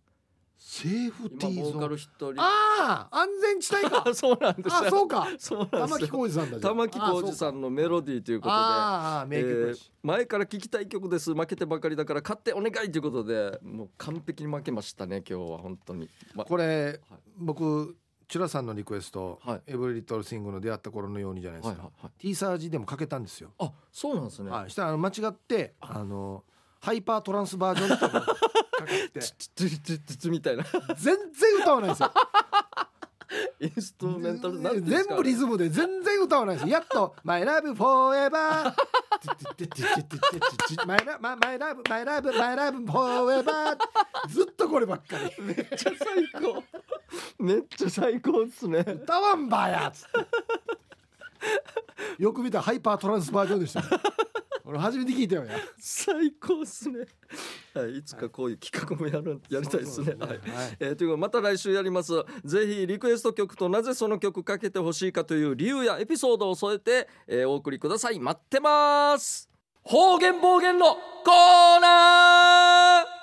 セーフテ今ィーボゾーカールン1人ああ安全地帯 [LAUGHS] かあそうなんですよあそうかそうなん玉で置すよ浩二さんだじゃん玉置浩二さあんのメロディーというそうこかとであーあー名曲えだーし、前から聞きたい曲です負けてばかりだから勝ってお願いということでもう完璧に負けましたね今日は本当に、まこれはい僕チュラさんのリクエスト、はいエブリリトルシングの出会った頃のようにじゃないではいすはいか、はい、 T サージでもかけたんですよあそうなんですね、はい、したらあの間違ってあのハイパートランスバージョンっていうのをかけてつつつつつつみたいな [LAUGHS] 全然歌わないんですよインストゥルメンタルなんていうんですか全部リズムで全然歌わないんですよやっと「My Love Forever」マイラママイラブマイラブマイラブフォーエバーずっとこればっかりめっちゃ最高 [LAUGHS] めっちゃ最高ですね歌わんばやっつってよく見たらハイパートランスバージョンでした、ね、俺初めて聞い [LAUGHS] たよね最高ですね、はい、いつかこういう企画もやるやりたいですねそうそはうでいすねはい [LAUGHS] えーということでまた来週やりますぜひリクエスト曲となぜその曲かけてほしいかという理由やエピソードを添えて、えーお送りください待ってます方言暴言のコーナー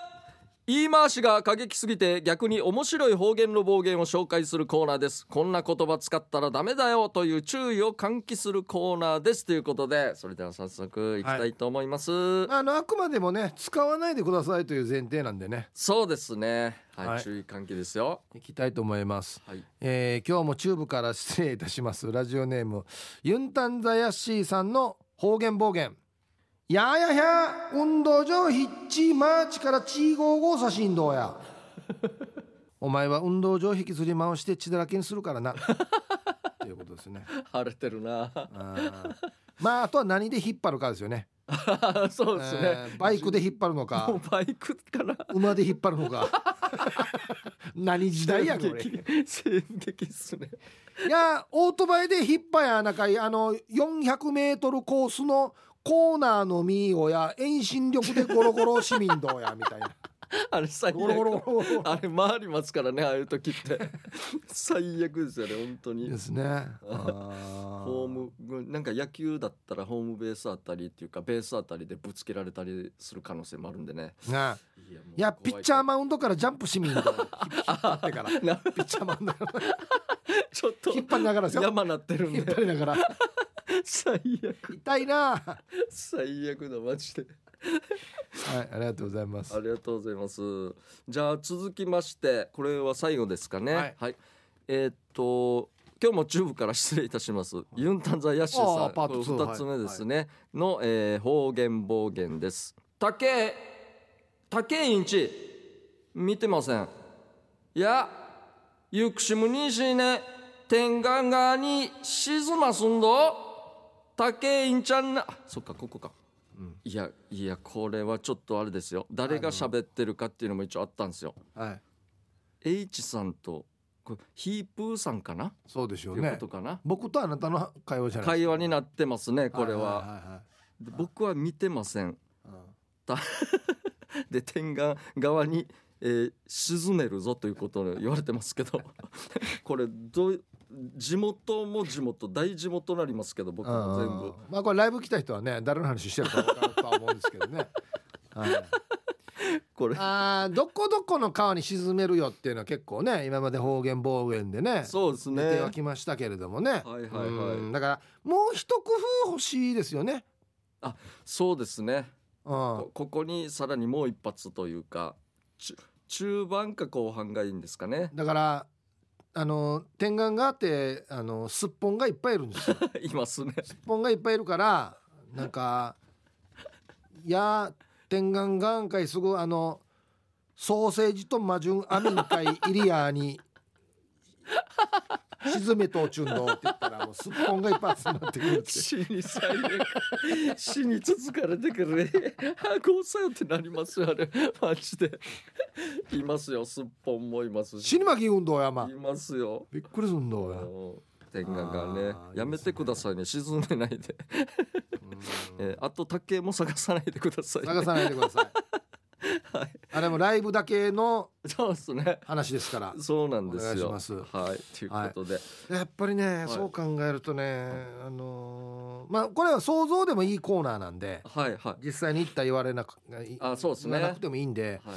言い回しが過激すぎて逆に面白い方言の暴言を紹介するコーナーですこんな言葉使ったらダメだよという注意を喚起するコーナーですということでそれでは早速いきたいと思います、あのあくまでもね使わないでくださいという前提なんでねそうですねはい、はい注意喚起ですよいきたいと思います、 [LAUGHS] はいえー今日もチューブから失礼いたしますラジオネームユンタンザヤッシーさんの方言暴言やーやひゃー運動場ヒッチーマーチからチーゴーゴー差しんどうや [LAUGHS] お前は運動場引きずり回して血だらけにするからな [LAUGHS] ということですね晴れてるなあーまああとは何で引っ張るかですよね [LAUGHS] そうですね、えーバイクで引っ張るのもうかバイクから馬で引っ張るの [LAUGHS] か何時代やこれ電撃電撃っすねいやオートバイでヒッパやなかいあの 400m コースのコーナーのミーをや遠心力でゴロゴロ市民どうやみたいなあれ最悪ゴロゴロゴロゴロあれ回りますからねああいう時って最悪ですよね本当にですねあホームグなんか野球だったらホームベースあたりっていうかベースあたりでぶつけられたりする可能性もあるんでねがいやもういや怖ピッチャーマウンドからジャンプ市民どうや引っ張ってから怖いなピッチャーマウンドからちょっ [LAUGHS] 引っ張りながらですとよ山なってるん引っ [LAUGHS] 張でりながら最悪痛いなは最悪だマジでいありがとうございますありがとうございますじゃあ続きましてこれは最後ですかねははいい、えーっと今日もチューブから失礼いたします、ユンタンザヤッシーあさーんパートツーこれ二つ目ですね、の、えー方言暴言です竹井竹井インチ見てませんいやゆくしむにしね天眼川に沈ますんど竹井インちゃんなあそっかここかいやいやこれはちょっとあれですよ誰が喋ってるかっていうのも一応あったんですよはい H さんとこれヒープーさんかなそうでしょといううこねとかな僕とあなたの会話じゃない会話になってますねこれは,、いはいで僕は見てませんいはいうんで天眼側に、えー沈めるぞということを言われてますけど [LAUGHS] これどう地元も地元大地元になりますけど僕も全うん部まあこれライブ来た人はね誰の話してるか分かるとは思うんですけどね、はい、これあーどこどこの川に沈めるよっていうのは結構ね今まで方言暴言でねそうですね出てはきましたけれどもね、はいはいはいだからもう一工夫欲しいですよね、そうですねうん、こここにさらにもう一発というかちゅ中盤か後半がいいんですかね [LAUGHS] だからあの天眼があってあのすっぽんがいっぱいいるんですよいますねすっぽんがいっぱいいるからなんか「いや天眼がんかいすぐあのソーセージと魔順アミンかいイリアーに沈めとうちゅんど」って言ったらもうすっぽんがいっぱい集まってくるって死に最悪死に続かれてくるねごさよってなりますよあれマジでいますよすっぽんもいますし死にまき運動やまいますよびっくりすんどやもう天眼があーいいねですねやめてくださいね沈めないで、えーあと竹も探さないでください、ね、探さないでくださいあれもライブだけのそうですね話ですからそうなんですよお願いしますはいということで、やっぱりね、いそう考えるとねあのーまあこれは想像でもいいコーナーなんではい、はい実際に行った言われなくいあそうですね言わなくてもいいんで、はい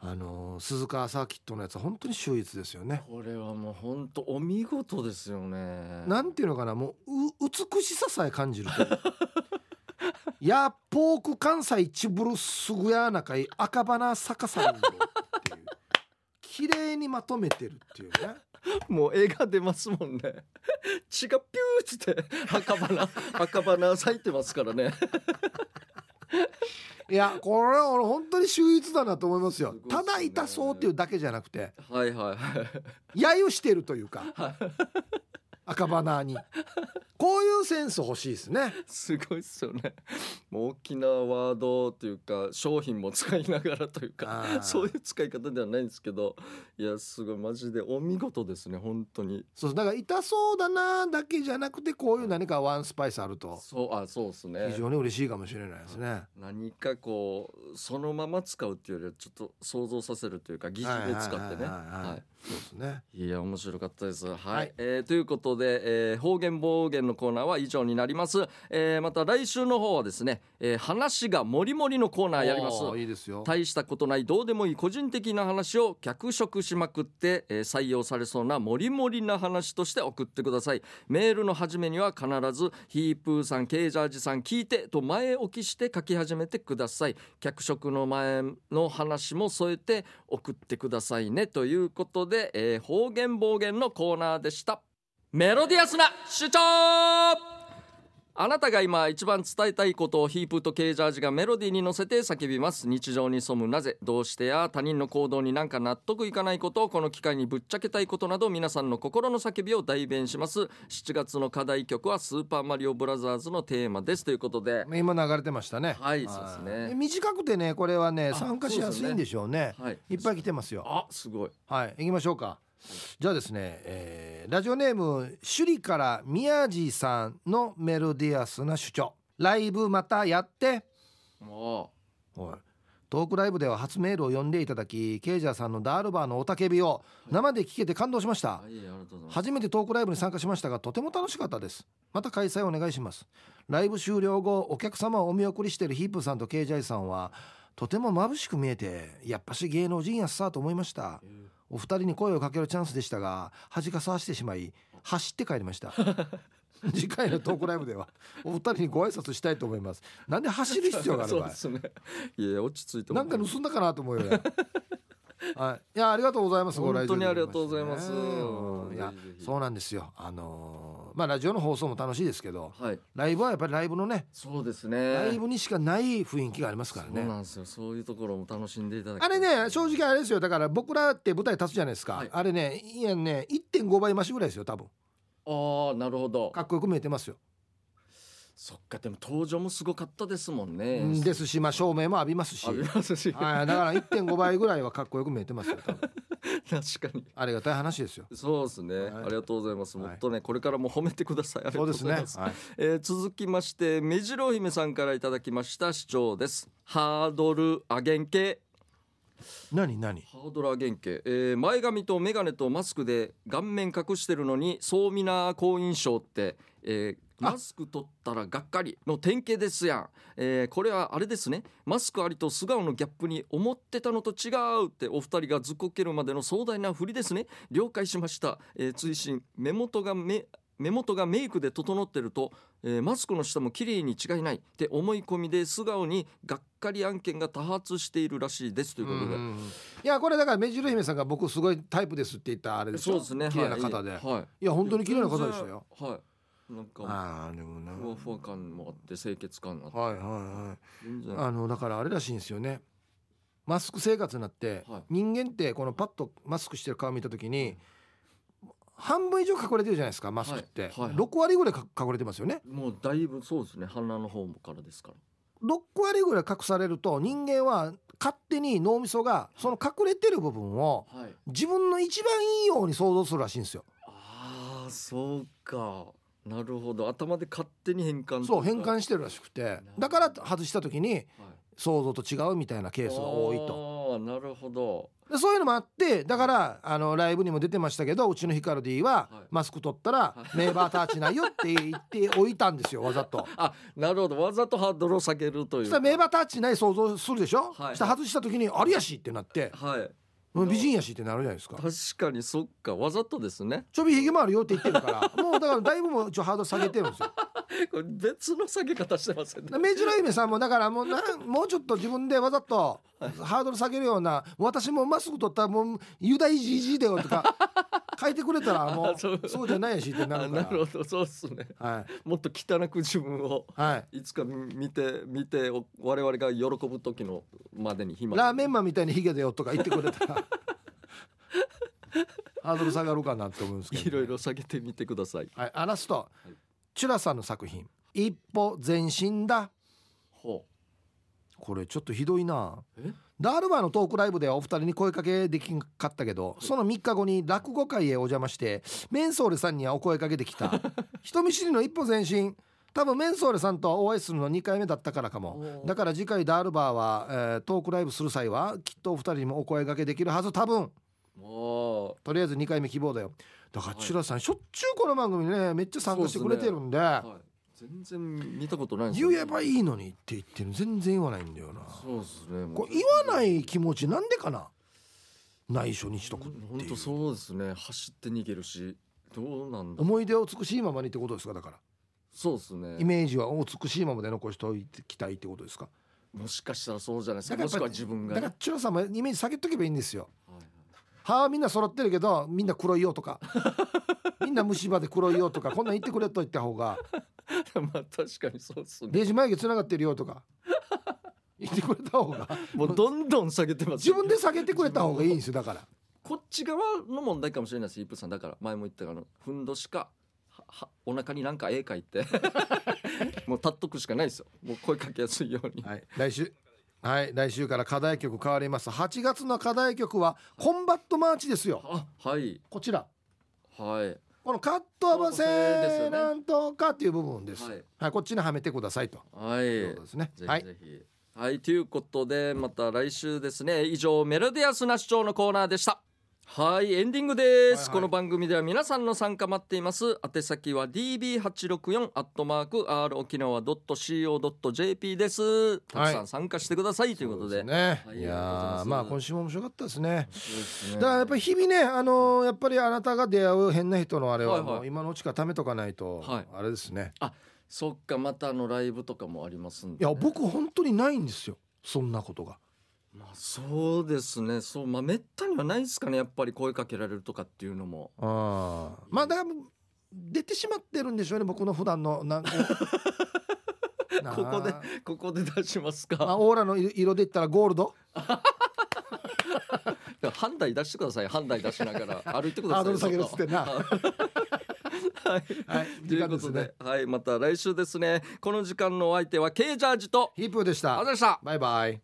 あのー鈴鹿サーキットのやつは本当に秀逸ですよね。これはもう本当お見事ですよね。なんていうのかなもうう美しささえ感じるという [LAUGHS] いやっぽーく関西ちぶるすぐやなかい赤花逆さにっていう綺麗にまとめてるっていうねもう絵が出ますもんね。血がピューって赤花赤花咲いてますからね。いやこれは俺本当に秀逸だなと思いますすよごいっすたねだ痛そうっていうだけじゃなくてはいはいはい。揶揄してるというか赤花にこういうセンス欲しいですねすごいっすよね。もう大きなワードというか商品も使いながらというあかーそういう使い方ではないんですけど、いやすごいマジでお見事ですね本当に。そうだから痛そうだなだけじゃなくてこういう何かワンスパイスあるとそうあそうですね非。常に嬉しいかもしれないですね。何かこうそのまま使うっていうよりはちょっと想像させるというか疑似で使ってね。はいはいはいはいはい。そうですねいや面白かったです。はい、はいえーということで、えー方言暴言のコーナーは以上になります。えーまた来週の方はですね、えー話がもりもりのコーナーやります。おーいいですよ大したことないどうでもいい個人的な話を脚色しまくって、えー採用されそうなモリモリな話として送ってくださいメールの始めには必ず「ヒープーさんケージャージさん聞いて」と前置きして書き始めてください脚色の前の話も添えて送ってくださいねということで、えー方言暴言のコーナーでしたメロディアスな主張あなたが今一番伝えたいことをヒープとケージャージがメロディーに乗せて叫びます日常に潜むなぜどうしてや他人の行動になんか納得いかないことをこの機会にぶっちゃけたいことなど皆さんの心の叫びを代弁します7月の課題曲は「スーパーマリオブラザーズ」のテーマですということで今流れてましたねはいそうですねい短くてねこれはねあ参加しやすいんでしょうねはいいっぱい来てますよあすごいはい行きましょうかじゃあですね、えーラジオネーム首里から宮地さんのメロディアスな主張ライブまたやってもはいトークライブでは初メールを読んでいただきケイジャーさんのダールバーのおたけびを生で聞けて感動しましうた、はいありがとうございます初めてトークライブに参加しましたがとても楽しかったですまた開催お願いしますライブ終了後お客様をお見送りしているヒープさんと KJ さんはとても眩しく見えてやっぱし芸能人やっさと思いましたお二人に声をかけるチャンスでしたが恥かさしてしまい走って帰りま [LAUGHS] した次回のトークライブではお二人にご挨拶したいと思いますなんで走る必要があるその [LAUGHS] うかいですねいや落ち着いてもなんか盗んだかなと思うよ [LAUGHS] ね。はい、いやありがとうございます。ご来場本当にありがとうございますいただきましてねうんいやぜひぜひそうなんですよ。あのーまあラジオの放送も楽しいですけど、はいライブはやっぱりライブのね、そうですライねブにしかない雰囲気がありますからそうね。なんですよそういうところも楽しんでいただきたあいれね正直あれですよだから僕らって舞台立つじゃないですか、はいあれねいやね1.5倍増しぐらいですよ多分ああなるほどかっこよく見えてますよ、そっかでも登場もすごかったですもんね。うんですしまあ照明も浴びますしありますし、はいだから1.5倍ぐらいはかっこよく見えてますよ多分 [LAUGHS] 確かに。ありがたい話ですよそうですね、はいありがとうございます。はもいっとね、これからも褒めてください。ありがそとううごですざねいます。はいえー続きまして、目白姫さんからいただきました主張です。ハードル上げんけ。何何ハードル上げんけ、えー前髪とメガネとマスクで顔面隠してるのに、そうみな好印象って、えーあマスク取ったらがっかりの典型ですやん、えーこれはあれですねマスクありと素顔のギャップに思ってたのと違うってお二人がずっこけるまでの壮大な振りですね了解しました、えー追伸目元が目目元がメイクで整ってると、えーマスクの下も綺麗に違いないって思い込みで素顔にがっかり案件が多発しているらしいですということで、うんいやこれだから目白姫さんが僕すごいタイプですって言ったあれでしそょうですね。綺麗な方で、はいい、はいや本当に綺麗な方でしたよ。全然はい。なんかああでもなふわふわ感もあって清潔感もあってはいは全い然はいあのだからあれらしいんですよねマスク生活になって、はい人間ってこのパッとマスクしてる顔見た時に半分以上隠れてるじゃないですかマスクって、はいはいはい6割ぐらいか隠れてますよねもうだいぶそうですね。鼻の方からですから。 6割ぐらい隠されると人間は勝手に脳みそがその隠れてる部分をはい。自分の一番いいように想像するらしいんですよああそうか。なるほど。頭で勝手に変換。そう変換してるらしくてだから外した時に想像と違うみたいなケケースが多いと。ああなるほど。でそういうのもあってだからあのライブにも出てましたけどうちのヒカルディははいマスク取ったらはメーバータッチないよって言っておいたんですよわざと。あなるほど。わざとハードルを下げるとい。そうしたらメーバータッチない想像するでしょ、はいしたら外した時に「あるやし」ってなってはい。 「うん美人やし」ってなるじゃないですか。確かにそっか。わざとですね。ちょびひげもあるよって言ってるからもうだからだいぶもう一応ハードル下げてるんですよ。これ別の下げ方してませんね。目白姫さんもだからもうなんもうちょっと自分でわざとハードル下げるような「私もマスク取ったらもうユダイジジイだよ」とか書いてくれたらも [LAUGHS] あそううそうじゃないやしってなあるかなるら。ほど。そうですね。はいもっと汚く自分をはいいつか見て見てお我々が喜ぶ時のまでに暇ラーメンマンみたいにヒゲだよとか言ってくれた [LAUGHS] らハードル下がるかなって思うんですけど、いろいろ下げてみてください。はい、あラストいチュラさんの作品「一歩前進だ」ほこれちょっとひどいなえダールバーのトークライブではお二人に声かけできんかったけどその3日後に落語会へお邪魔してメンソーレさんにはお声かけて [LAUGHS] きた人見知りの一歩前進多分メンソーレさんとお会いするの2回目だったからかもおーだから次回ダールバーは、えートークライブする際はきっとお二人にもお声掛けできるはず多分う。もよとりあえず2回目希望だよだからチュラさん、しょっちゅうこの番組ねめっちゃ参加してくれてるんではい全然見たことないんですよ言えばいいのにって言ってる全然言わないんだよなそうですねもうこれ言わない気持ちなんでかな内緒にしとくっていう本当そうですね走って逃げるしどうなんだ思い出を美しいままにってことですかだからそうですねイメージは美しいままで残しておきたいってことですかもしかしたらそうじゃないですかだもかしらくはやっぱ自分がだからチュラさんもイメージ下げとけばいいんですよはいはい歯みんな揃ってるけどみんな黒いよとか [LAUGHS] みんな虫歯で黒いよとかこんなん言ってくれと言った方が [LAUGHS] まあ確かにそうですねレジ眉毛つながってるよとか言ってくれた方がもうどんどん下げてます自分で下げてくれた方がいいんですよだからこっち側の問題かもしれないですイープさんだから前も言ったがあのふんどしかははお腹になんか絵描い [LAUGHS] てもう立っとくしかないですよもう声かけやすいようにはい、来週はい来週から課題曲変わります8月の課題曲はコンバットマーチですよあはいこちらはいはいこのカット合わですせよねなんとかっていう部分です、ははいいこっちにはめてくださいということですねぜはひいぜひはい、ということでまた来週ですね以上メロディアスな主張のコーナーでしたはいエンディングです、はいはいこの番組では皆さんの参加待っています宛先は db864 アットマーク r 沖縄 .co.jp ですたくさん参加してください、ということでそうですはねいありがとうございやいまーすまあ今週も面白かったですねそうですねだからやっぱり日々ね、あのーやっぱりあなたが出会う変な人のあれははいはいもう今のうちから貯めとかないと、はいあれですねそっかまたあのライブとかもありますんいで、や僕本当にないんですよそんなことがまあそうですねそうまあめったにはないですかねやっぱり声かけられるとかっていうのもあーまあだから出てしまってるんでしょうね僕の普段のなんかなあ [LAUGHS] ここで [LAUGHS] ここで出しますまあ、かオーラの色色で言ったらゴールド判断出してください判断出しなが [LAUGHS] ら歩いてくださハいードル下げるっ [LAUGHS] つってなははい [LAUGHS] い [LAUGHS] と時いうこ間でとすでねはいまた来週ですねこの時間のお相手は K ジャージとヒープーでしあたざでしたバイバイ